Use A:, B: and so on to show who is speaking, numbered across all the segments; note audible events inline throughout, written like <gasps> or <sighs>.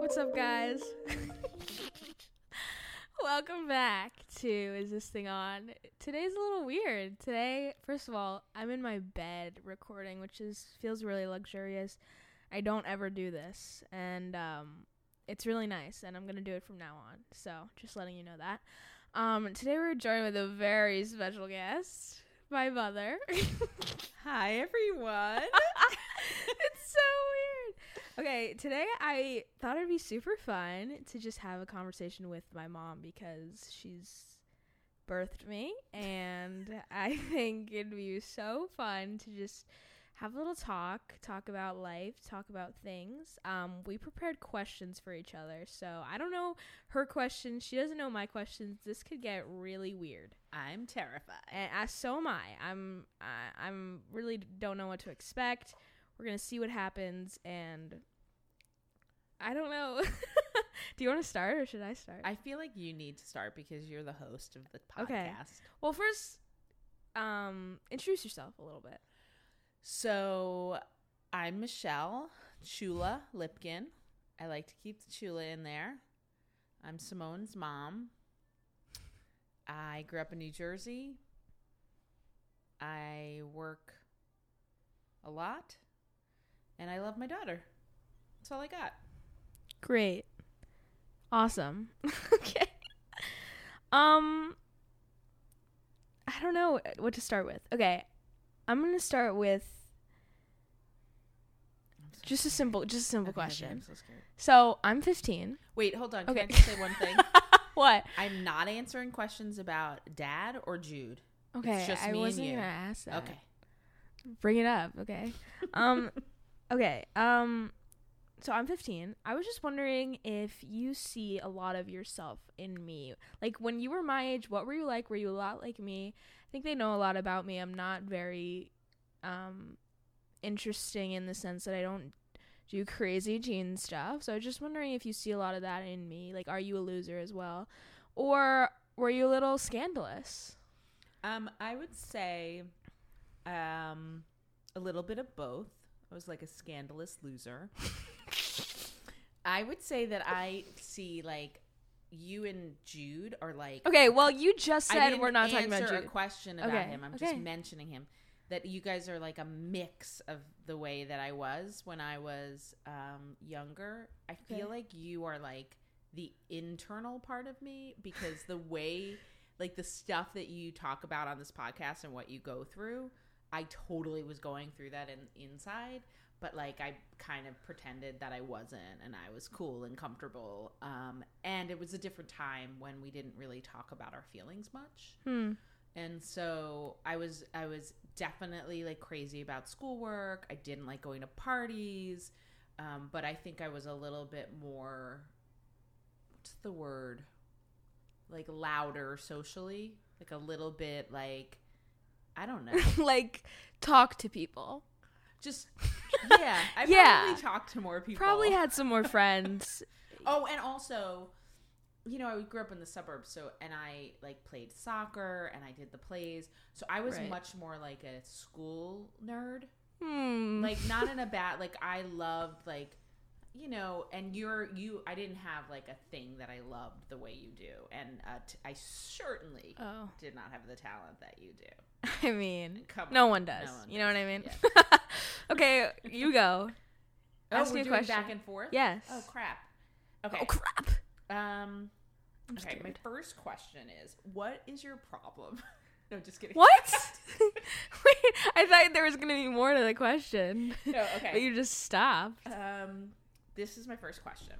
A: What's up, guys? <laughs> Welcome back to Is This Thing On? Today's a little weird. Today, first of all, I'm in my bed recording, which is feels really luxurious. I don't ever do this, and um, it's really nice, and I'm gonna do it from now on. So, just letting you know that. Um, today we're joined with a very special guest, my mother. <laughs>
B: Hi, everyone.
A: it's so weird. Okay, today I thought it'd be super fun to just have a conversation with my mom because she's birthed me, and I think it'd be so fun to just have a little talk, talk about life, talk about things. Um, we prepared questions for each other, so I don't know her questions. She doesn't know my questions. This could get really weird
B: I'm terrified.
A: and as so am I. I'm I, I'm really don't know what to expect. We're gonna see what happens, and I don't know. <laughs> Do you want to start or should I start?
B: I feel like you need to start because you're the host of the podcast.
A: Okay. well, first, um, introduce yourself a little bit.
B: So I'm Michelle Chula Lipkin. I like to keep the Chula in there. I'm Simone's mom. I grew up in New Jersey. I work a lot and I love my daughter. That's all I got.
A: Great, awesome. <laughs> okay. Um, I don't know uh, what to start with. Okay, I'm gonna start with
B: I'm so
A: just a simple, just a simple
B: okay,
A: question.
B: I'm so scared.
A: So I'm 15.
B: Wait, hold on. Can I
A: Okay.
B: just say one thing?
A: <laughs> What?
B: I'm not answering questions about dad or Jude.
A: Okay,
B: just
A: I
B: me and
A: wasn't
B: you.
A: gonna ask that.
B: Okay.
A: bring it up. Okay. Um, <laughs> okay. Um, so I'm 15. I was just wondering if you see a lot of yourself in me. Like when you were my age, what were you like? Were you a lot like me? I think they know a lot about me. I'm not very, um, interesting in the sense that I don't do crazy teen stuff. So I was just wondering if you see a lot of that in me. Like, are you a loser as well, or were you a little scandalous?
B: <laughs> Um, I would say um a little bit of both. I was like a scandalous loser. I would say that I see like you and Jude are like
A: Okay, well, you just
B: I
A: said
B: didn't
A: we're not talking about
B: answer
A: Jude.
B: a question about
A: Okay,
B: him. I'm just
A: okay.
B: mentioning him. That you guys are like a mix of the way that I was when I was um, younger. I
A: Okay.
B: feel like you are like the internal part of me because the way, like the stuff that you talk about on this podcast and what you go through, I totally was going through that in, inside. But like I kind of pretended that I wasn't and I was cool and comfortable. Um, and it was a different time when we didn't really talk about our feelings much
A: Hmm.
B: and so i was i was definitely like crazy about schoolwork i didn't like going to parties um, but i think i was a little bit more what's the word like louder socially like a little bit like i don't know
A: <laughs> like talk to people.
B: just yeah i
A: <laughs> Yeah.
B: probably talked to more people
A: Probably had some more
B: <laughs>
A: friends.
B: Oh, and also, you know, I grew up in the suburbs, so and I like played soccer and I did the plays. So I was
A: Right.
B: much more like a school nerd.
A: hmm.
B: Like not in a bad <laughs> like I loved like you know, and you're you I didn't have like a thing that I loved the way you do. And uh, t- I certainly
A: oh,
B: did not have the talent that you do.
A: <laughs> I mean,
B: Come
A: no
B: on,
A: one does.
B: one
A: you know what I
B: does.
A: mean?
B: Yeah.
A: <laughs> okay, you go.
B: Oh,
A: Ask
B: we're
A: me a
B: doing
A: question.
B: back and forth.
A: Yes.
B: Oh crap.
A: Oh,
B: Okay.
A: crap.
B: Um
A: I'm
B: Okay, my
A: scared.
B: first question is what is your problem? <laughs> no, just kidding.
A: What? <laughs> Wait, I thought there was gonna be more to the question,
B: <laughs> no,
A: but
B: okay.
A: you just stopped.
B: Um this is my first question.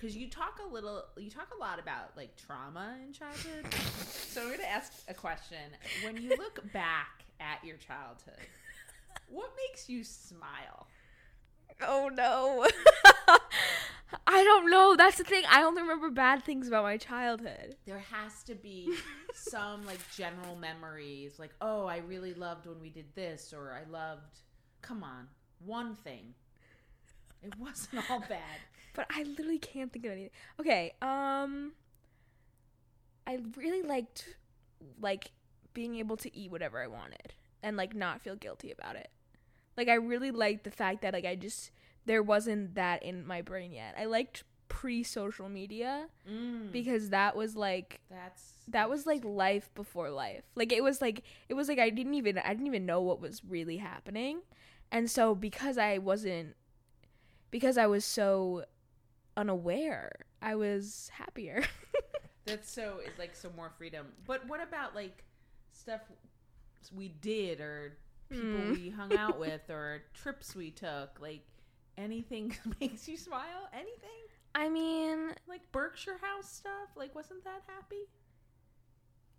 B: Cuz you talk a little you talk a lot about like trauma in childhood. so I'm going to ask a question. When you look back at your childhood, what makes you smile?
A: Oh no. <laughs> I don't know. That's the thing. I only remember bad things about my childhood.
B: There has
A: <laughs>
B: to be some like general memories like, "Oh, I really loved when we did this," or "I loved Come on, one thing. It wasn't
A: <laughs>
B: all bad.
A: But I literally can't think of anything. Okay, um I really liked like being able to eat whatever I wanted and like not feel guilty about it. Like I really liked the fact that like I just there wasn't that in my brain yet. I liked pre social media
B: Mm,
A: because that was like
B: that's
A: that was like life before life like it was like it was like i didn't even i didn't even know what was really happening and so because i wasn't because i was so unaware i was happier <laughs>
B: That's so it's like so more freedom. But what about like stuff we did or people
A: Mm.
B: we hung
A: <laughs>
B: out with or trips we took? Like anything <laughs> makes you smile? Anything?
A: i mean
B: Like Berkshire House stuff? Like wasn't that happy?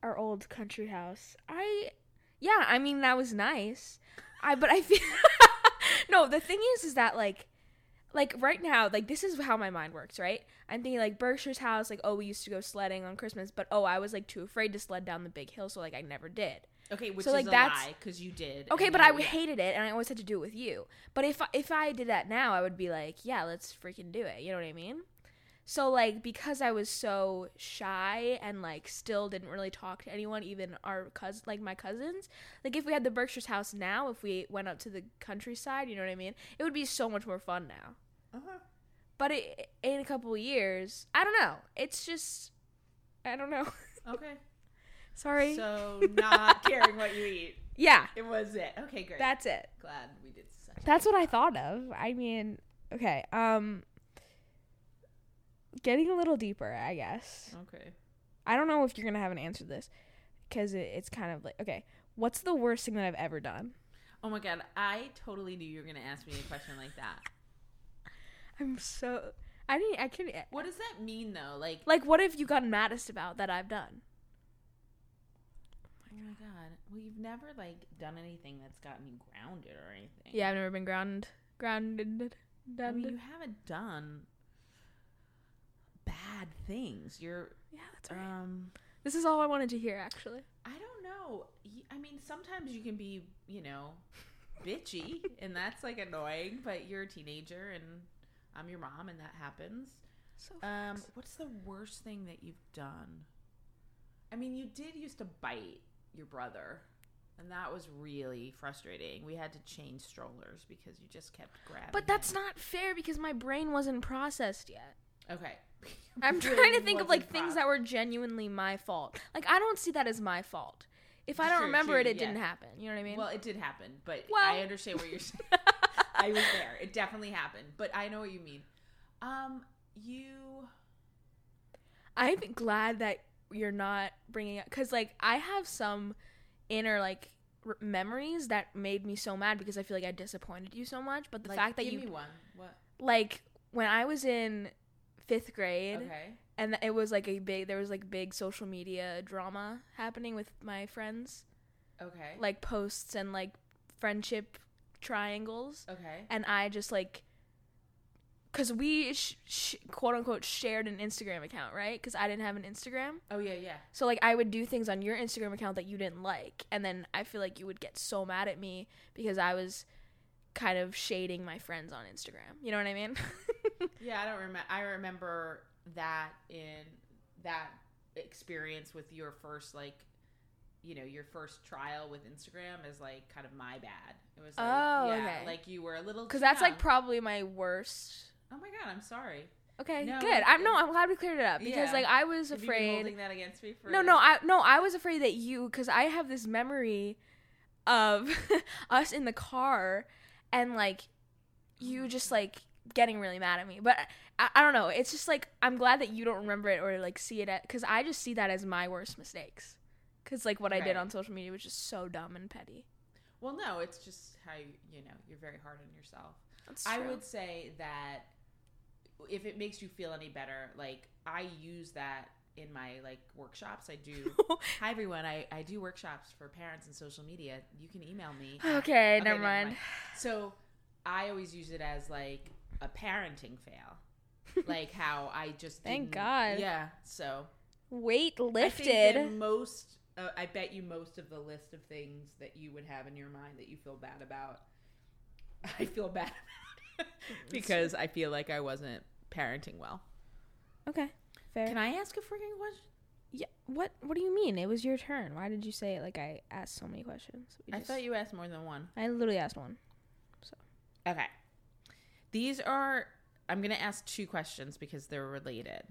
A: our old country house i yeah i mean that was nice i but i feel <laughs> no the thing is is that like like right now like this is how my mind works right i'm thinking like berkshire's house like oh we used to go sledding on christmas but oh i was like too afraid to sled down the big hill so like i never did
B: Okay, which
A: So, like,
B: is a
A: that's-
B: lie because you did.
A: Okay,
B: and
A: but I
B: now-
A: w- hated it, and I always had to do it with you. But if I- if I did that now, I would be like, yeah, let's freaking do it. You know what I mean? So like because I was so shy and like still didn't really talk to anyone, even our cousin, like my cousins. Like if we had the Berkshire's house now, if we went out to the countryside, you know what I mean? It would be so much more fun now.
B: Uh-huh.
A: But it, in a couple of years, I don't know. It's just, I don't know. <laughs>
B: Okay,
A: Sorry. <laughs>
B: so not caring what you eat.
A: yeah,
B: It was it. Okay, great.
A: that's it.
B: Glad we did such. a-
A: That's what I thought of. I mean, okay. Um getting a little deeper, I guess.
B: Okay.
A: I don't know if you're going to have an answer to this cuz it, it's kind of like okay, what's the worst thing that I've ever done?
B: Oh my god, I totally knew you were gonna ask me a question like that.
A: I'm so I didn't I couldn't
B: What does that mean though? Like,
A: like what have you gotten maddest about that I've done?
B: Oh my god. Well, you've never like done anything that's gotten you grounded or anything.
A: Yeah, I've never been grounded grounded
B: I
A: done.
B: mean, you haven't done bad things. You're
A: yeah, that's right.
B: um
A: This is all I wanted to hear actually.
B: I don't know. Y- I mean, sometimes you can be, you know,
A: <laughs>
B: bitchy and that's like annoying, but you're a teenager and I'm your mom and that happens.
A: So
B: Um what's the worst thing that you've done? I mean, you did used to bite your brother. And that was really frustrating. We had to change strollers because you just kept grabbing.
A: but that's
B: him.
A: not fair because my brain wasn't processed yet.
B: Okay. <laughs>
A: I'm trying to think of like things that were genuinely my fault. Like I don't see that as my fault. If I don't
B: True,
A: remember it,
B: true,
A: it didn't
B: yeah.
A: happen. You know what I mean?
B: Well, it did happen, but
A: Well-
B: I understand what
A: <laughs>
B: you're saying. I was there. It definitely happened, but I know what you mean. Um, you.
A: I'm glad that you're not bringing up because like I have some inner like r- memories that made me so mad because I feel like I disappointed you so much. But the
B: like,
A: fact that
B: give
A: you
B: me one. What?
A: like when I was in fifth grade
B: Okay.
A: and it was like a big there was like big social media drama happening with my friends
B: Okay.
A: like posts and like friendship triangles
B: okay.
A: and I just like because we sh- sh- quote unquote shared an Instagram account, right? Because I didn't have an Instagram,
B: Oh yeah, yeah.
A: so like I would do things on your Instagram account that you didn't like, and then I feel like you would get so mad at me because I was kind of shading my friends on Instagram. You know what I mean? <laughs>
B: Yeah, I don't remember. I remember that in that experience with your first like, you know, your first trial with Instagram is like kind of my bad. It was like,
A: Oh,
B: yeah,
A: okay.
B: like you were a little
A: Because
B: too
A: that's like
B: young.
A: probably my worst.
B: oh my god, I'm sorry.
A: Okay,
B: No,
A: good.
B: it's
A: I'm no,
B: okay.
A: I'm glad we cleared it up because
B: Yeah.
A: like I was
B: Have you been
A: afraid.
B: holding that against me for
A: No, no, I no, I was afraid that you cuz I have this memory of <laughs> us in the car and like you just like getting really mad at me. But I, I don't know, it's just like I'm glad that you don't remember it or like see it cuz I just see that as my worst mistakes. Cuz like what I did
B: Right.
A: on social media was just so dumb and petty.
B: Well, no, it's just how you, you know, you're very hard on yourself.
A: That's
B: I
A: true.
B: would say that if it makes you feel any better, like I use that in my like workshops. I do.
A: <laughs>
B: Hi everyone. I, I do workshops for parents and social media. You can email me. at-
A: <sighs> okay, never mind.
B: So I always use it as like a parenting fail.
A: <laughs>
B: like how I just
A: Thank
B: didn't-
A: God.
B: Yeah. So
A: Weight
B: I think that
A: lifted.
B: most, uh, I bet you most of the list of things that you would have in your mind that you feel bad about, <laughs> I feel bad about because I feel like I wasn't parenting well.
A: Okay. Fair.
B: Can I ask a freaking question?
A: yeah. What what do you mean? It was your turn. Why did you say it like I asked so many questions? We
B: I
A: just-
B: thought you asked more than one.
A: I literally asked one.
B: Okay. These are I'm going to ask two questions because they're related.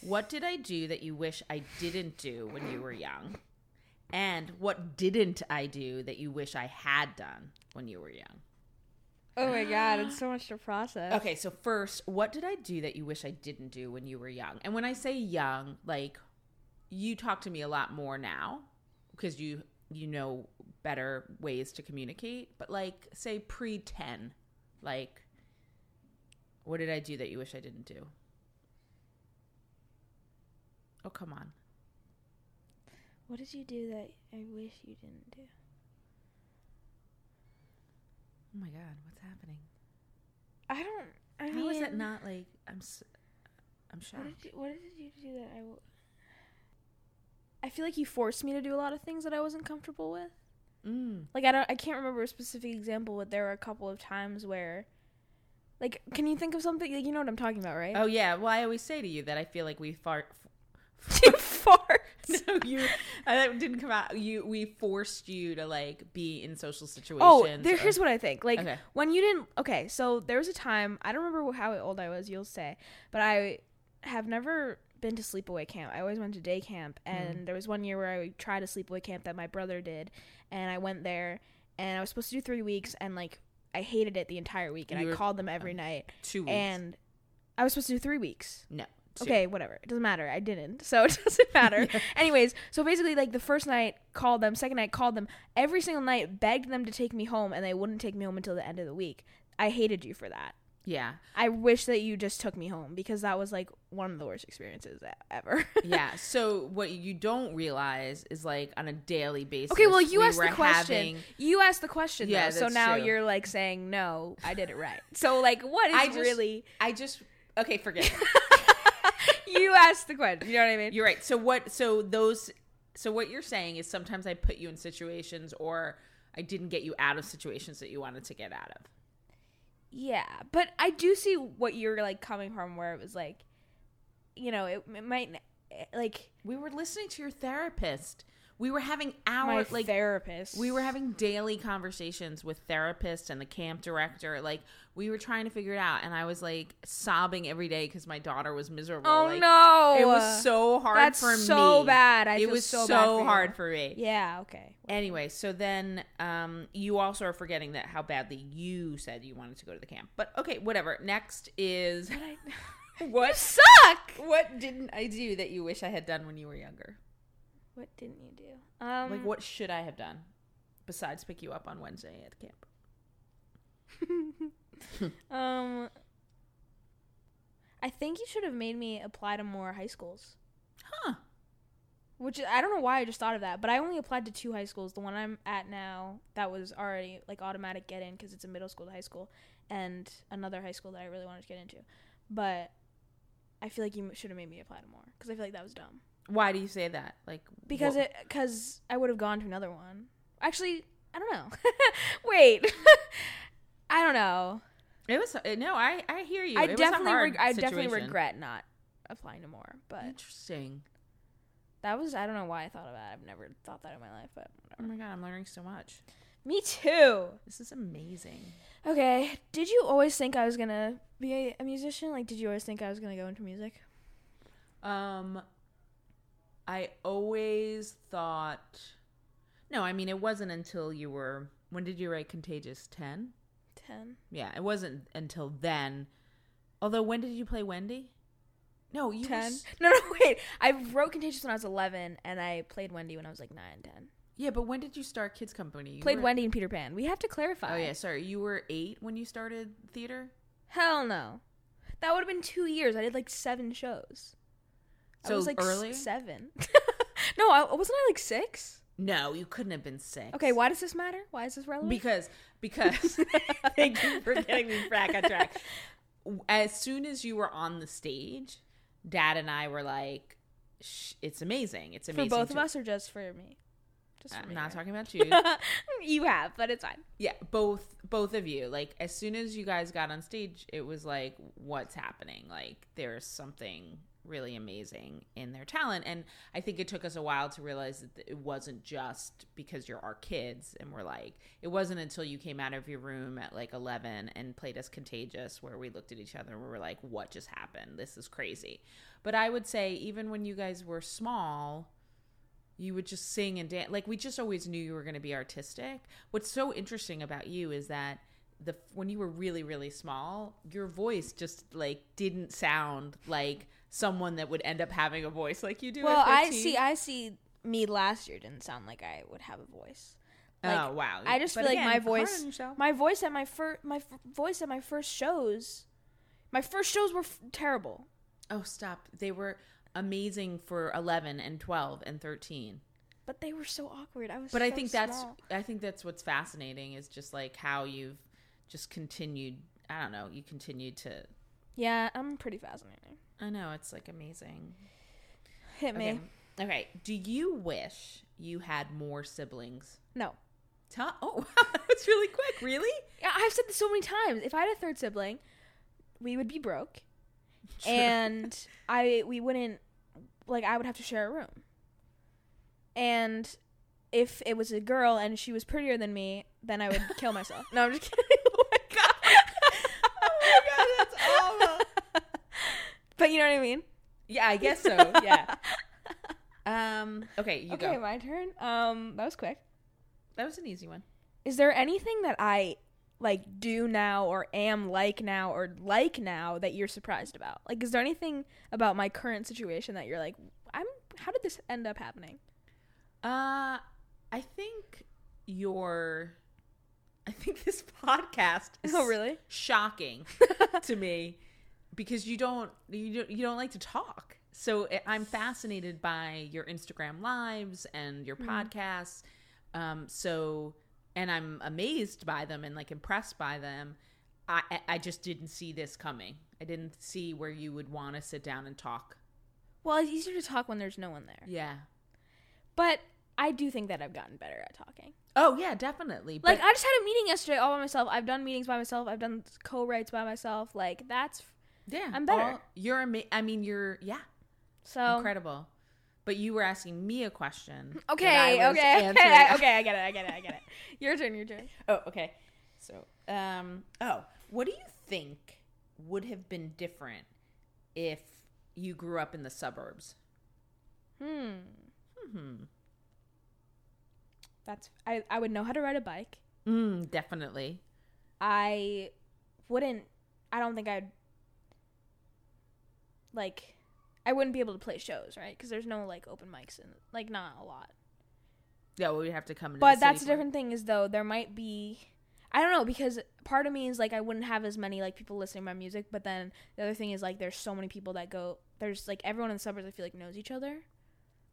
B: What did I do that you wish I didn't do when you were young? And what didn't I do that you wish I had done when you were young?
A: Oh my god,
B: <gasps>
A: it's so much to process.
B: Okay, so first, what did I do that you wish I didn't do when you were young? And when I say young, like you talk to me a lot more now because you you know better ways to communicate, but like say pre 10, like what did I do that you wish I didn't do? Oh, come on.
A: What did you do that I wish you didn't do?
B: Oh my god, what's happening?
A: I don't. I
B: How is
A: mean,
B: that not like I'm s- I'm
A: What
B: shocked.
A: did you, what did you do that I? W- I feel like you forced me to do a lot of things that I wasn't comfortable with.
B: Mm.
A: Like I don't. I can't remember a specific example, but there were a couple of times where, like, can you think of something? Like, you know what I'm talking about, right?
B: Oh yeah. Well, I always say to you that I feel like we fart.
A: <laughs> Too
B: <laughs>
A: far.
B: no, you. I, that didn't come out. You. We forced you to like be in social situations.
A: Oh, there,
B: or-
A: here's what I think. Like
B: Okay.
A: when you didn't. Okay, so there was a time I don't remember how old I was. You'll say, but I have never been to sleepaway camp. I always went to day camp,
B: Mm-hmm.
A: and there was one year where I tried a sleepaway camp that my brother did, and I went there, and I was supposed to do three weeks, and like I hated it the entire week, and
B: You
A: I
B: were-
A: called them every night,
B: two weeks.
A: and I was supposed to do three weeks.
B: no. two.
A: Okay, whatever. It doesn't matter. I didn't. <laughs> So it doesn't matter. Anyways, so basically like the first night called them, second night called them, every single night begged them to take me home and they wouldn't take me home until the end of the week. I hated you for that.
B: Yeah.
A: I wish that you just took me home because that was like one of the worst experiences e- ever. <laughs>
B: Yeah. So what you don't realize is like on a daily basis.
A: okay, well you
B: we
A: asked
B: were
A: the question.
B: having-
A: you asked the question
B: Yeah,
A: though. So
B: that's
A: now
B: true.
A: you're like saying no, I did it right. So like what is
B: <laughs> I just-
A: really
B: I just. Okay, forget.
A: <laughs>
B: it.
A: you asked the question. You know what I mean?
B: You're right. So what? So those. So what you're saying is sometimes I put you in situations or I didn't get you out of situations that you wanted to get out of.
A: Yeah, but I do see what you're like coming from, where it was like, you know, it, it might eh, like
B: We were listening to your therapist. We were having
A: my
B: our like
A: therapist.
B: we were having daily conversations with therapists and the camp director. Like we were trying to figure it out, and I was like sobbing every day because my daughter was miserable.
A: Oh
B: like,
A: no!
B: It was so hard
A: That's
B: for me.
A: so bad. I
B: it
A: feel
B: was
A: so
B: so,
A: bad for you.
B: hard for me.
A: Yeah. Okay.
B: Anyway, so then um, you also are forgetting that how badly you said you wanted to go to the camp. But okay, whatever. Next is <laughs>
A: <laughs> You
B: what
A: suck.
B: what didn't I do that you wish I had done when you were younger?
A: What didn't you do? Um,
B: like what should I have done besides pick you up on Wednesday at camp?
A: <laughs> Um, I think you should have made me apply to more high schools.
B: Huh.
A: Which I don't know why I just thought of that, but I only applied to two high schools. The one I'm at now, that was already like automatic get in because it's a middle school to high school, and another high school that I really wanted to get into. But I feel like you should have made me apply to more because I feel like that was dumb.
B: Why do you say that? Like
A: Because
B: wha-
A: it because I would have gone to another one. Actually, I don't know. <laughs> Wait, <laughs> I don't know.
B: it was uh, no, I I hear you.
A: I
B: It was a
A: definitely
B: hard
A: reg- I definitely
B: situation. Mm-hmm.
A: regret not applying to more, but
B: Interesting.
A: that was I don't know why I thought of that. I've never thought that in my life, but
B: Oh my god, I'm learning so much.
A: me too.
B: This is amazing.
A: Okay. Did you always think I was gonna be a, a musician? Like, did you always think I was gonna go into music?
B: Um, I always thought. No, I mean it wasn't until you were. When did you write Contagious? Ten.
A: Ten.
B: Yeah, it wasn't until then. Although, when did you play Wendy? No, you were
A: Ten.
B: s-
A: <laughs> No, no, wait. I wrote Contagious when I was eleven, and I played Wendy when I was like nine, ten.
B: yeah, but when did you start Kids Company? You
A: played
B: were-
A: Wendy and Peter Pan. We have to clarify.
B: Oh yeah, sorry. You were eight when you started theater.
A: Hell no. That would have been two years. I did like seven shows. I
B: So
A: was like s-
B: early?
A: seven. <laughs> no, I wasn't. I like six.
B: No, you couldn't have been six.
A: Okay, why does this matter? Why is this relevant?
B: Because
A: <laughs>
B: because thank you for getting me back on track. As soon as you were on the stage, Dad and I were like, "Sh- "It's amazing! It's
A: for
B: amazing!"
A: both of
B: to-"
A: us, or just for me? Just for
B: I'm
A: me.
B: not
A: right?
B: talking about you.
A: <laughs> you have, but it's fine.
B: yeah, both both of you. Like as soon as you guys got on stage, it was like, "What's happening? Like there's something really amazing in their talent. And I think it took us a while to realize that it wasn't just because you're our kids and we're like, it wasn't until you came out of your room at like 11 and played us Contagious where we looked at each other and we were like, what just happened? This is crazy. But I would say, even when you guys were small, you would just sing and dance. Like we just always knew you were going to be artistic. What's so interesting about you is that the when you were really really small, your voice just like didn't sound like someone that would end up having a voice like you do.
A: well,
B: at
A: I
B: 15.
A: see. I see. Me last year didn't sound like I would have a voice. like,
B: oh wow!
A: I just feel like my
B: hard
A: voice-
B: on yourself.
A: My voice at my first, my f- voice at my first shows, my first shows were f- terrible.
B: oh stop! They were amazing for eleven and twelve and thirteen.
A: But they were so awkward. I was.
B: But I
A: so
B: think that's
A: small.
B: I think that's what's fascinating is just like how you've just continued. I don't know. You continued to.
A: Yeah, I'm pretty fascinating.
B: I know it's like amazing.
A: Hit me.
B: Okay. Okay. Do you wish you had more siblings?
A: No.
B: Tell. Oh, <laughs> wow, that was really quick. Really?
A: Yeah, I've said this so many times. If I had a third sibling, we would be broke, <laughs> and I we wouldn't like I would have to share a room. And if it was a girl and she was prettier than me, then I would kill myself. No, I'm just kidding. <laughs> oh my god!
B: <laughs> Oh my God, that's awful.
A: <laughs> But you know what I mean.
B: yeah, I guess so. Yeah.
A: <laughs>
B: Um. Okay, you
A: okay,
B: go.
A: my turn. Um, that was quick.
B: That was an easy one.
A: Is there anything that I like do now or am like now or like now that you're surprised about? Like is there anything about my current situation that you're like I'm how did this end up happening?
B: Uh, I think your. I think this <laughs> podcast
A: <laughs>
B: is
A: Oh, really?
B: shocking to me because you don't you don't, you don't like to talk. So I- I'm fascinated by your Instagram lives and your
A: Mm-hmm.
B: podcasts. Um, so and I'm amazed by them and like impressed by them. I I- I just didn't see this coming. I didn't see where you would want to sit down and talk.
A: Well, it's easier to talk when there's no one there.
B: Yeah.
A: But I do think that I've gotten better at talking.
B: Oh yeah, definitely.
A: Like
B: But
A: I just had a meeting yesterday all by myself. I've done meetings by myself. I've done co-writes by myself. Like that's
B: yeah,
A: I'm better. Oh.
B: you're ama- I mean, you're yeah,
A: so
B: incredible. But you were asking me a question. that I
A: Okay, <laughs> okay,
B: was
A: okay,
B: answering.
A: I- okay, I get it, I get it, <laughs> I get it. Your turn, your turn.
B: Oh, okay. So, um, oh, what do you think would have been different if you grew up in the suburbs?
A: Hmm.
B: Hmm.
A: That's I, I would know how to ride a bike.
B: Mm, definitely.
A: I wouldn't I don't think I'd like I wouldn't be able to play shows, right? Cuz there's no like open mics and like not a lot.
B: Yeah, well, we'd have to come. Into
A: But
B: the
A: that's a
B: city for it.
A: different thing is though there might be I don't know because part of me is like I wouldn't have as many like people listening to my music, but then the other thing is like there's so many people that go there's like everyone in the suburbs I feel like knows each other.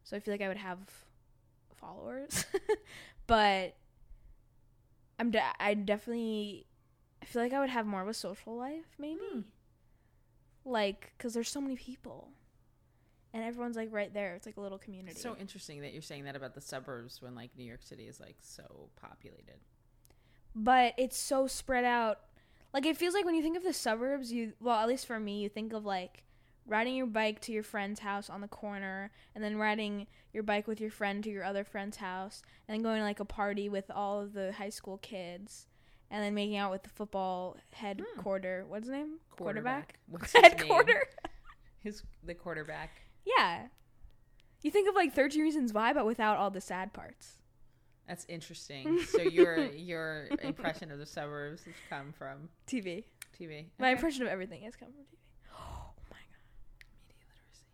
A: So I feel like I would have followers. <laughs> but I'm de- I definitely I feel like I would have more of a social life maybe.
B: Hmm.
A: Like cuz there's so many people. And everyone's like right there. It's like a little community.
B: It's so interesting that you're saying that about the suburbs when like New York City is like so populated.
A: but it's so spread out. Like it feels like when you think of the suburbs, you well, at least for me, you think of like riding your bike to your friend's house on the corner and then riding your bike with your friend to your other friend's house and then going to like a party with all of the high school kids and then making out with the football head
B: Hmm.
A: quarter what's his name?
B: <laughs> What's his
A: Head
B: name?
A: quarter.
B: His the quarterback.
A: Yeah. You think of like 13 reasons why but without all the sad parts.
B: That's <laughs> interesting. So your your impression of the suburbs has come from
A: TV.
B: TV.
A: My
B: Okay.
A: impression of everything has come from TV. Oh my god.
B: Media literacy.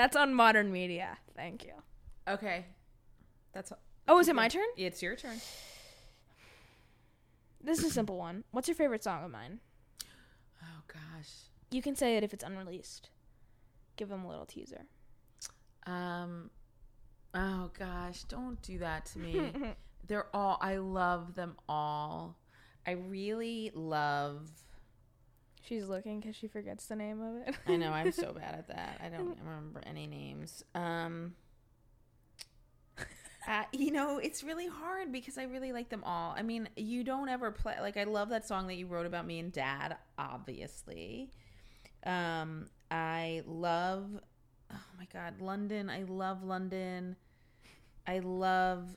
A: That's on modern media. Thank you.
B: Okay, that's
A: Oh, is
B: Keep
A: it my
B: going.
A: turn?
B: it's your turn.
A: This is a simple one. What's your favorite song of mine?
B: Oh gosh.
A: You can say it if it's unreleased. Give them a little teaser.
B: Um oh gosh, don't do that to me. They're all I love them all. I really love
A: She's looking because she forgets the name of <laughs> it.
B: I know I'm so bad at that. I don't remember any names. Um uh, you know, it's really hard because I really like them all. I mean, you don't ever play like I love that song that you wrote about me and dad, obviously. Um I love oh my god, London. I love London. I love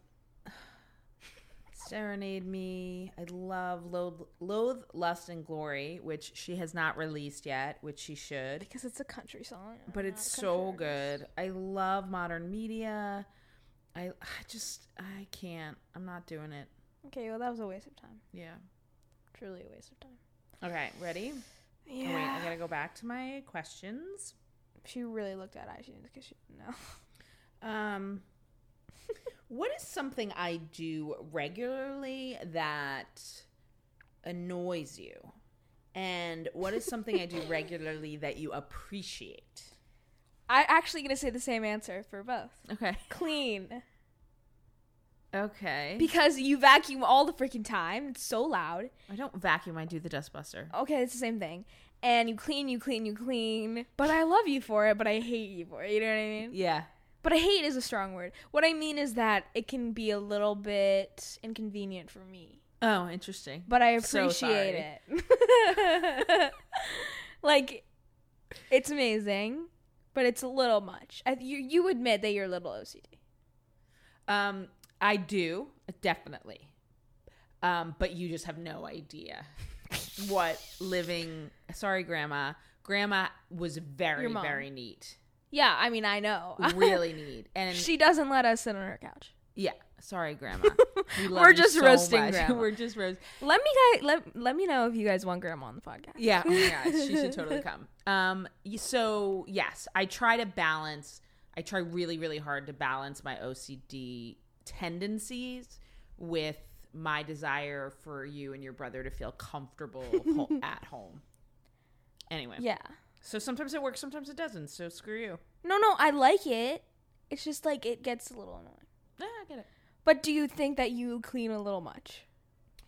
B: <sighs> Serenade Me. I love Loathe, Loathe Lust and Glory, which she has not released yet, which she should.
A: because it's a country song. I'm
B: But
A: not
B: it's so
A: country artist.
B: good. I love modern media. I I just I can't. I'm not doing it.
A: Okay, well that was a waste of time.
B: Yeah.
A: Truly a waste of time.
B: Okay, ready? Oh,
A: Yeah.
B: wait, I gotta go back to my questions.
A: she really looked at iTunes because she didn't know. <laughs>
B: Um, what is something I do regularly that annoys you? And what is something I do regularly that you appreciate?
A: I'm actually gonna say the same answer for both.
B: Okay.
A: Clean.
B: Okay.
A: Because you vacuum all the freaking time. It's so loud.
B: I don't vacuum, I do the dustbuster.
A: Okay, it's the same thing. And you clean, you clean, you clean. But I love you for it, but I hate you for it. You know what I mean?
B: Yeah.
A: But I hate is a strong word. What I mean is that it can be a little bit inconvenient for me.
B: Oh, interesting.
A: But I
B: So
A: appreciate it. <laughs> like it's amazing, but it's a little much. I, you you admit that you're a little OCD.
B: Um, I do definitely. Um, but you just have no idea what living. Sorry, Grandma. Grandma was very,
A: Your mom.
B: very <laughs> neat.
A: Yeah, I mean I know.
B: Really neat.
A: <laughs>
B: And
A: she doesn't let us sit on her couch.
B: Yeah.
A: <laughs>
B: Sorry, Grandma. We love
A: We're
B: you
A: just
B: so
A: roasting
B: much.
A: Grandma.
B: <laughs> We're just
A: <laughs>
B: roast.
A: Let me guys let let me know if you guys want grandma on the podcast.
B: Yeah. Oh my gosh, she should totally come. Um. y- So yes, I try to balance. I try really, really hard to balance my OCD tendencies with my desire for you and your brother to feel comfortable
A: <laughs>
B: ho- at home. Anyway.
A: Yeah.
B: So sometimes it works, sometimes it doesn't. So screw you.
A: No, no, I like it. It's just like it gets a little annoying.
B: Yeah, I get it.
A: But do you think that you clean a little much?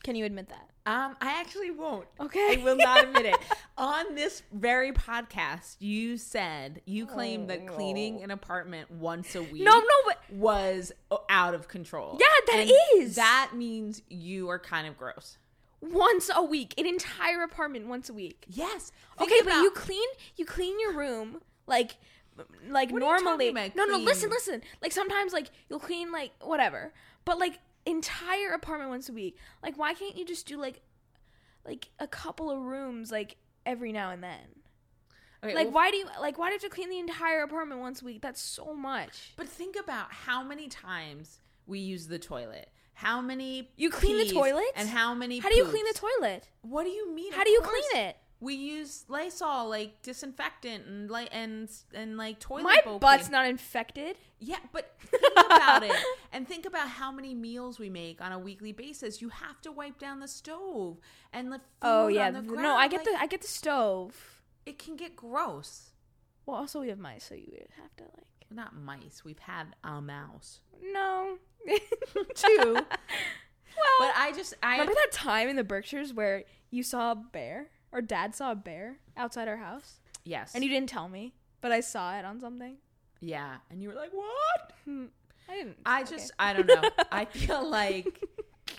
A: Can you admit that?
B: Um, I actually won't.
A: Okay.
B: I
A: <laughs>
B: will not admit it. On this very podcast, you said you claimed that
A: Oh.
B: cleaning an apartment once a week
A: No, no, but
B: was uh, out of control.
A: Yeah,
B: that
A: that
B: is.
A: is.
B: That means you are kind of gross.
A: once a week, an entire apartment once a week.
B: Yes.
A: okay, but you clean you clean your room like like
B: What are you
A: normally.
B: talking about,
A: no, no, listen,
B: clean?
A: listen. Like sometimes like you'll clean like whatever, but like entire apartment once a week. Like why can't you just do like like a couple of rooms like every now and then?
B: okay,
A: Like
B: well,
A: why do you like why do you have to clean the entire apartment once a week? That's so much.
B: But think about how many times we use the toilet. How many
A: You clean the
B: pees
A: toilet?
B: And how many?
A: How do you clean the
B: poops.
A: toilet?
B: What do you mean?
A: How do you clean it?
B: We use Lysol, like disinfectant, and like and and like toilet.
A: My
B: bowl
A: butt's
B: clean-
A: not infected.
B: Yeah, but think about
A: <laughs>
B: it and think about how many meals we make on a weekly basis. You have to wipe down the stove and the food
A: Oh yeah,
B: on the
A: th-
B: ground.
A: no, I get
B: like,
A: the I get the stove.
B: It can get gross.
A: Well, also we have mice, so you would have to like
B: Not mice. We've had a
A: <laughs>
B: mouse. <laughs>
A: no
B: Two.
A: well,
B: But I just I
A: remember that time in the Berkshires where you saw a bear or Dad saw a bear outside our house,
B: yes.
A: and you didn't tell me, but I saw it on something.
B: yeah, and you were like, "What?"
A: Hmm. I didn't.
B: I
A: okay.
B: just I don't know.
A: <laughs>
B: I feel like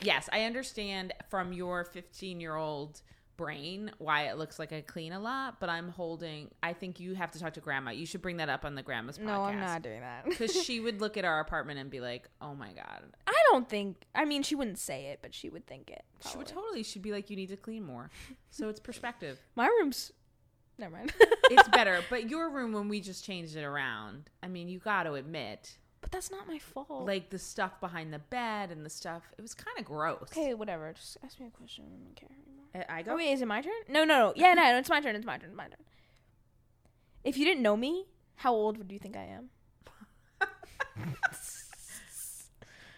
B: yes, I understand from your 15-year-old brain why it looks like I clean a lot, but I'm holding I think you have to talk to grandma. You should bring that up on the grandma's podcast.
A: no, I'm not <laughs> doing
B: <laughs>
A: that.
B: because she would look at our apartment and be like, "Oh my god,"
A: I don't think. I mean, she wouldn't say it, but she would think it.
B: she
A: Probably.
B: would totally. She'd be like, "You need to clean more." So it's perspective.
A: My room's. Never mind.
B: it's better. But your room, when we just changed it around, I mean, you got to admit,
A: <laughs> But that's not my fault.
B: like the stuff behind the bed and the stuff, it was kind of gross.
A: okay, whatever. Just ask me a question. I don't care anymore.
B: I, I
A: Oh
B: go.
A: wait, is it my turn? No, no, no. Yeah, no, no, it's my turn. It's my turn. It's my turn. If you didn't know me, how old would you think I am?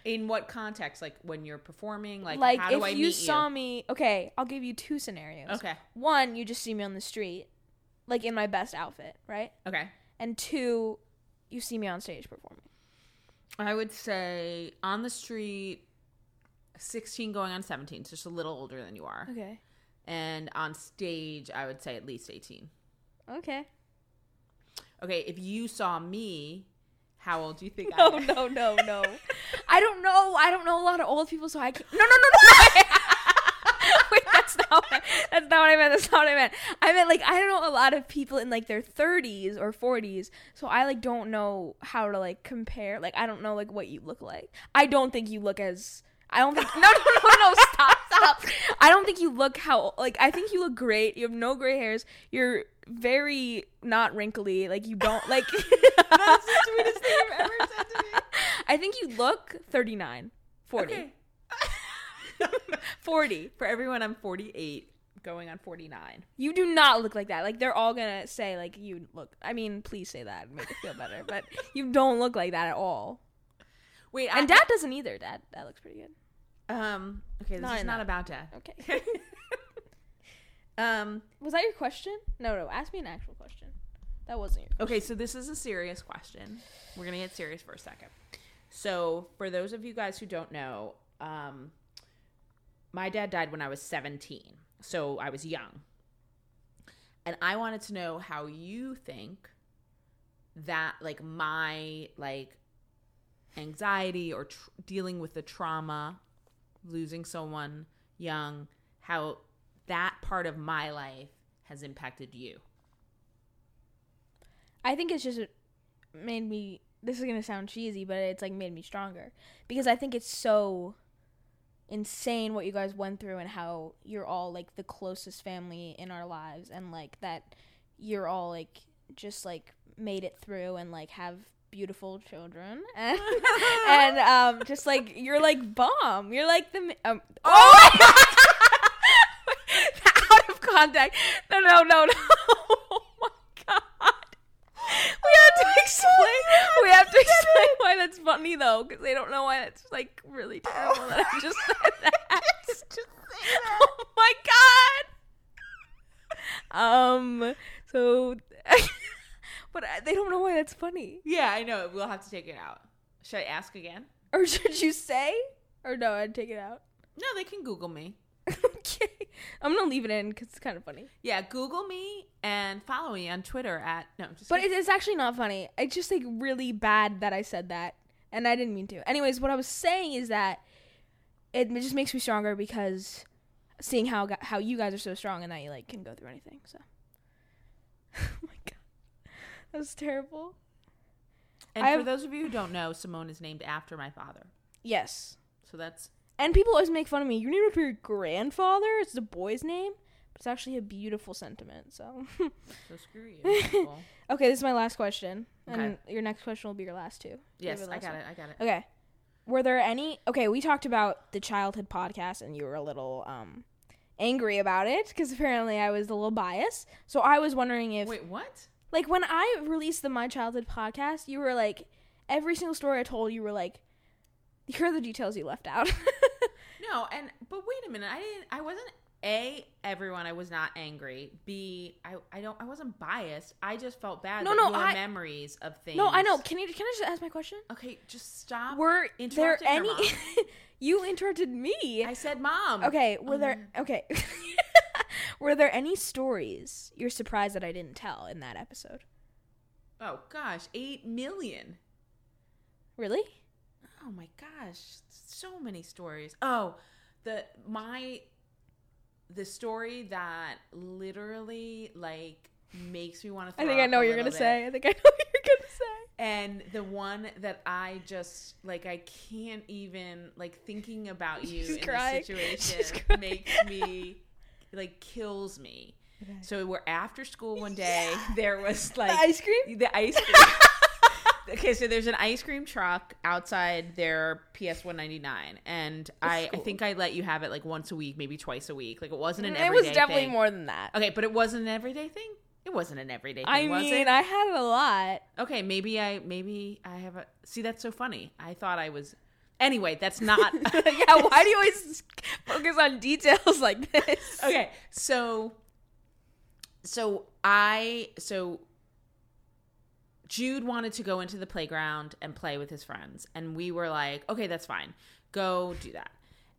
B: In what context? Like when you're performing? Like,
A: Like,
B: how do
A: if
B: I
A: you
B: meet
A: saw me, okay, I'll give you two scenarios.
B: you? Okay.
A: One, you just see me on the street, like in my best outfit, right?
B: Okay.
A: And two, you see me on stage performing.
B: I would say on the street, sixteen going on seventeen, so just a little older than you are,
A: Okay.
B: and on stage, I would say at least eighteen.
A: Okay.
B: Okay, if you saw me, how old do
A: <laughs>
B: you think
A: <laughs> No,
B: I am?
A: no, no, Oh, no. I don't know. I don't know a lot of old people, so I can't. No, no, no, no. <laughs> Wait, that's that's not what I, that's not what I meant. That's not what I meant. I meant like I know a lot of people in like their 30s or 40s, so I like don't know how to like compare. Like I don't know like what you look like. I don't think you look as I don't think no no no no stop stop. I don't think you look how like I think you look great. You have no gray hairs. You're very not wrinkly. Like you don't like.
B: <laughs>
A: <laughs>
B: That's the sweetest thing you've ever said to me.
A: <laughs> I think you look 39, 40,
B: Okay.
A: 40.
B: <laughs> For everyone, I'm 48, going on 49.
A: You do not look like that. Like they're all gonna say like you look. I mean, please say that and make it feel better. But you don't look like that at all.
B: Wait,
A: And
B: I,
A: Dad doesn't either. Dad, that looks pretty good.
B: um, okay, this
A: Not
B: is
A: in
B: not
A: that.
B: about death.
A: Okay.
B: <laughs> um,
A: Was that your question? No, no. Ask me an actual question. That wasn't your.
B: okay, so this is a serious question. We're gonna get serious for a second. So, for those of you guys who don't know, um, my dad died when I was 17, so I was young, and I wanted to know how you think that, like, my like anxiety or tr- dealing with the trauma, losing someone young, how that part of my life has impacted you.
A: I think it's just it made me. This is gonna sound cheesy, but it's like made me stronger because I think it's so insane what you guys went through and how you're all like the closest family in our lives and like that you're all like just like made it through and like have beautiful children <laughs> and, and um just like you're like bomb you're like the ma- um, <laughs> oh <laughs> my God! out of contact no no no <laughs> no oh my god we have to explain. We have to explain why that's funny though, because they don't know why that's like really terrible that I just said that. <laughs> Oh my god. Um. So, <laughs> but I- they don't know why that's funny.
B: Yeah, I know. We'll have to take it out. Should I ask again?
A: Or should you say? Or no, I'd take it out. <laughs>
B: No, they can Google me.
A: okay. I'm gonna leave it in because it's kind of funny.
B: Yeah, Google me and follow me on Twitter at no. I'm just
A: But
B: kidding.
A: it- it's actually not funny. It's just like really bad that I said that, and I didn't mean to. Anyways, what I was saying is that it m- just makes me stronger because seeing how gu- how you guys are so strong and that you like can go through anything. So, <laughs> oh my god, that was terrible.
B: and
A: I have-
B: for those of you who don't know, Simone is named after my father.
A: Yes,
B: So that's
A: and people always make fun of me. You're named after your grandfather. It's the boy's name, but it's actually a beautiful sentiment. So, <laughs>
B: so screw you. people.
A: okay, this is my last question,
B: Okay.
A: and your next question will be your last two. You have
B: yes,
A: your
B: I
A: last
B: got
A: one.
B: it. I got it.
A: Okay. Were there any Okay, we talked about the childhood podcast and you were a little um angry about it because apparently I was a little biased. So I was wondering if
B: Wait, what?
A: like when I released the My Childhood podcast, you were like every single story I told you were like here are the details you left out. <laughs>
B: No, and but wait a minute. I didn't. I wasn't a everyone. I was not angry. B I I don't. I wasn't biased. I just felt bad.
A: No,
B: that
A: no,
B: Your
A: I-
B: memories of things.
A: no, I know. Can you can I just ask my question?
B: Okay, just stop.
A: Were there
B: interrupting your
A: any
B: mom.
A: <laughs> You interrupted me.
B: I said, mom.
A: Okay, were
B: Oh,
A: there okay? <laughs> were there any stories you're surprised that I didn't tell in that episode?
B: Oh gosh, eight million.
A: Really?
B: Oh my gosh, so many stories. Oh, the my the story that literally like makes me want to.
A: I think I know what you're gonna say. I <laughs> think I know what you're gonna say.
B: And the one that I just like, I can't even like
A: <laughs>
B: thinking about you
A: She's
B: in
A: crying.
B: this
A: She's
B: situation
A: crying.
B: makes me like kills me. So we're after school
A: <laughs>
B: one day.
A: Yeah.
B: There was
A: <laughs>
B: like
A: the ice cream.
B: the ice
A: <laughs>
B: cream. okay, so there's an ice cream truck outside their PS 199, and I, I
A: cool.
B: think I let you have it like once a week, maybe twice a week. Like it wasn't an
A: It
B: everyday.
A: was definitely
B: thing.
A: more than that.
B: Okay, but it wasn't an everyday thing. It wasn't an everyday thing,
A: I
B: was
A: mean,
B: it?
A: I had a <laughs> lot.
B: okay, maybe I maybe I have a see. That's so funny. I thought I was. Anyway,
A: <laughs>
B: that's not. <laughs>
A: yeah, why do you always focus on details <laughs> like this?
B: okay so so i so jude wanted to go into the playground and play with his friends and we were like okay that's fine go do that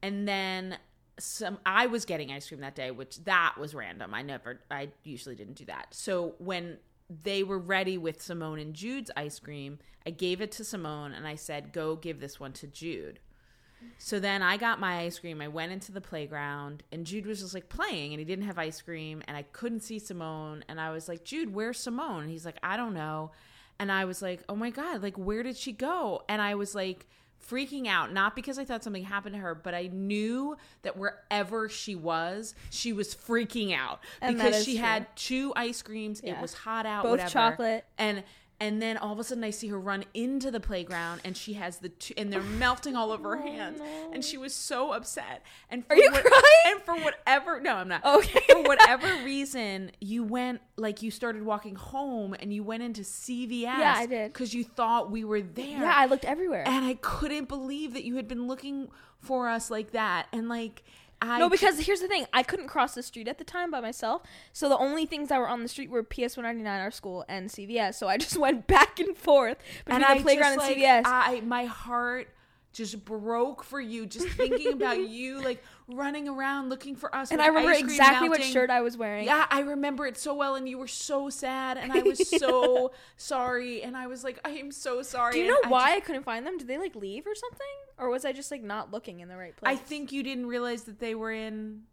B: and then some i was getting ice cream that day which that was random i never i usually didn't do that so when they were ready with simone and jude's ice cream i gave it to simone and i said go give this one to jude So then I got my ice cream. I went into the playground and Jude was just like playing and he didn't have ice cream and I couldn't see Simone and I was like, "Jude, where's Simone?" And he's like, "I don't know." And I was like, "Oh my god, like where did she go?" And I was like freaking out not because I thought something happened to her, but I knew that wherever she was, she was freaking out
A: And that
B: because
A: is
B: she
A: true.
B: had two ice creams. It
A: Yeah.
B: was hot out,
A: Both
B: whatever
A: chocolate.
B: and and then all of a sudden I see her run into the playground and she has the two and they're melting all over her hands and she was so upset and for
A: Oh, Are you crying?
B: and for whatever no I'm not
A: Okay.
B: for
A: <laughs>
B: whatever reason you went like you started walking home and you went into CVS
A: Yeah, I did.
B: because you thought we were there
A: Yeah, I looked everywhere.
B: and I couldn't believe that you had been looking for us like that and like I
A: No, because here's the thing. I couldn't cross the street at the time by myself. So the only things that were on the street were PS 199, our school, and CVS. So I just <laughs> went back and forth between the
B: just,
A: playground and
B: like,
A: CVS.
B: I my heart just broke for you just thinking
A: <laughs>
B: about you like running around looking for us.
A: and
B: with
A: I remember
B: ice cream
A: exactly what
B: melting.
A: shirt I was wearing.
B: Yeah, I remember it so well, and you were so sad, and I
A: <laughs>
B: was so sorry, and I was like, I am so sorry.
A: Do you
B: and
A: know
B: I
A: why
B: just-
A: I couldn't find them? Did they like leave or something? Or was I just like not looking in the right
B: I
A: place?
B: think you didn't realize that they were in.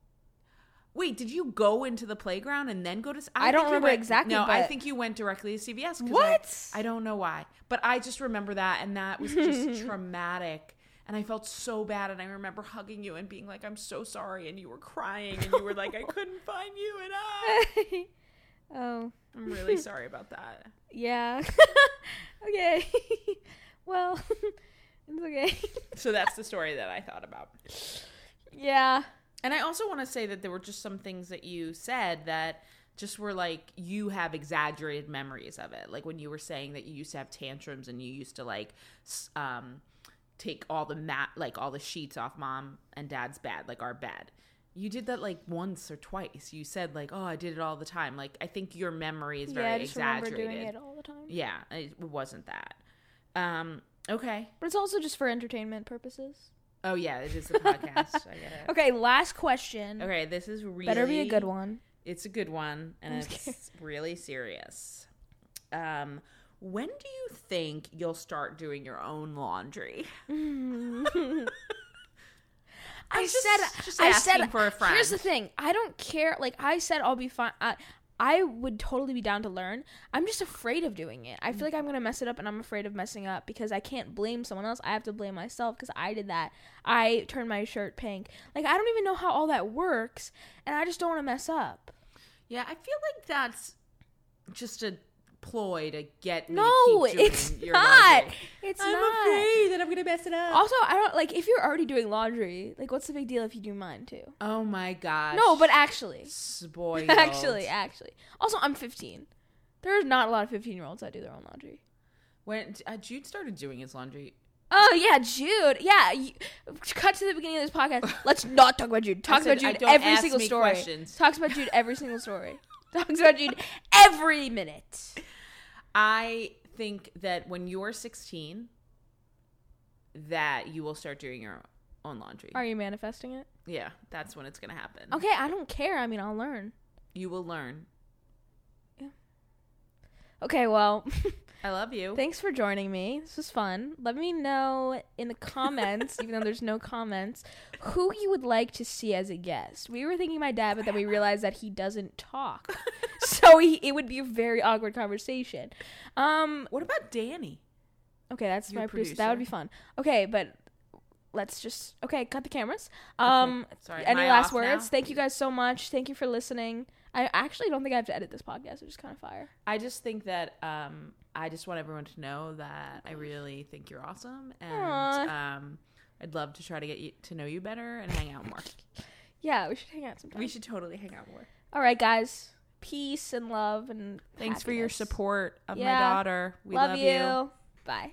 B: Wait, did you go into the playground and then go to? s-
A: I don't
B: think you
A: remember
B: went-
A: exactly,
B: No, I
A: but-
B: think you went directly to CVS. 'cause I-
A: What?
B: I don't know why, but I just remember that, and that was
A: <laughs>
B: just traumatic. And I felt so bad, and I remember hugging you and being like, "I'm so sorry," and you were crying, and you were like, "I couldn't find you," and
A: <laughs>
B: I,
A: oh,
B: I'm really sorry about that.
A: <laughs> yeah. okay. <laughs> well, <laughs> it's okay. <laughs>
B: So that's the story that I thought about.
A: yeah.
B: And I also want to say that there were just some things that you said that just were like you have exaggerated memories of it. Like when you were saying that you used to have tantrums and you used to like s- um take all the mat like all the sheets off mom and dad's bed, like our bed. You did that like once or twice. You said like, "Oh, I did it all the time." Like I think your memory is very
A: yeah, I just remember
B: exaggerated.
A: doing it all the time.
B: Yeah, it wasn't that. Um okay.
A: But it's also just for entertainment purposes.
B: Oh yeah, it is the podcast. I get
A: <laughs>
B: it.
A: Okay, last question.
B: Okay, this is really
A: Better be a good one.
B: It's a good one, and
A: I'm
B: it's really serious. Um, when do you think you'll start doing your own laundry?
A: Mm-hmm. <laughs> I
B: just-
A: said
B: just
A: I
B: asking
A: said
B: for a friend.
A: Here's the thing. I don't care. Like I said I'll be fine. I, I would totally be down to learn. I'm just afraid of doing it. I feel like I'm going to mess it up and I'm afraid of messing up because I can't blame someone else. I have to blame myself cuz I did that. I turned my shirt pink. Like I don't even know how all that works and I just don't want to mess up.
B: Yeah, I feel like that's just a ploy to get me to
A: No,
B: keep doing
A: it's
B: your
A: not.
B: laundry.
A: It's
B: I'm
A: not.
B: afraid that I'm gonna mess it up.
A: Also, I don't like if you're already doing laundry, like what's the big deal if you do mine too?
B: oh my gosh!
A: No, but actually.
B: <laughs> spoiled.
A: actually, actually. Also, I'm 15. There's not a lot of 15 year olds that do their own laundry.
B: when uh, Jude started doing his laundry,
A: Oh yeah, Jude. Yeah, you, cut to the beginning of this
B: <laughs>
A: podcast. Let's not talk about Jude. Talks
B: said,
A: about
B: "I
A: Jude
B: don't
A: every
B: ask
A: single
B: me
A: story.
B: questions."
A: Talks about Jude every single story. <laughs> Talks about Jude every minute.
B: I think that when you're 16, that you will start doing your own laundry.
A: Are you manifesting it?
B: Yeah, that's when it's gonna happen.
A: Okay, I don't care. I mean, I'll learn.
B: You will learn.
A: Okay, well, <laughs>
B: I love you.
A: Thanks for joining me. This was fun. Let me know in the comments, even though there's no comments, who you would like to see as a guest. We were thinking my dad, but then we realized that he doesn't talk. so he, it would be a very awkward conversation. Um
B: <laughs> what about Danny?
A: okay, that's
B: Your
A: my producer. That would be fun. Okay, but let's just okay, cut the cameras. Um
B: Sorry. am
A: any
B: I
A: last
B: off now?
A: words? Thank you guys so much. Thank you for listening. I actually don't think I have to edit this podcast, which is kind of fire.
B: I just think that um, I just want everyone to know that I really think you're awesome, and
A: Aw.
B: um, I'd love to try to get you, to know you better and hang out
A: <laughs>
B: more.
A: Yeah, we should hang out sometime.
B: we should totally hang out more.
A: All right, guys. Peace and love and
B: Thanks for your
A: happiness.
B: support of
A: Yeah.
B: my daughter. We love, you.
A: Bye.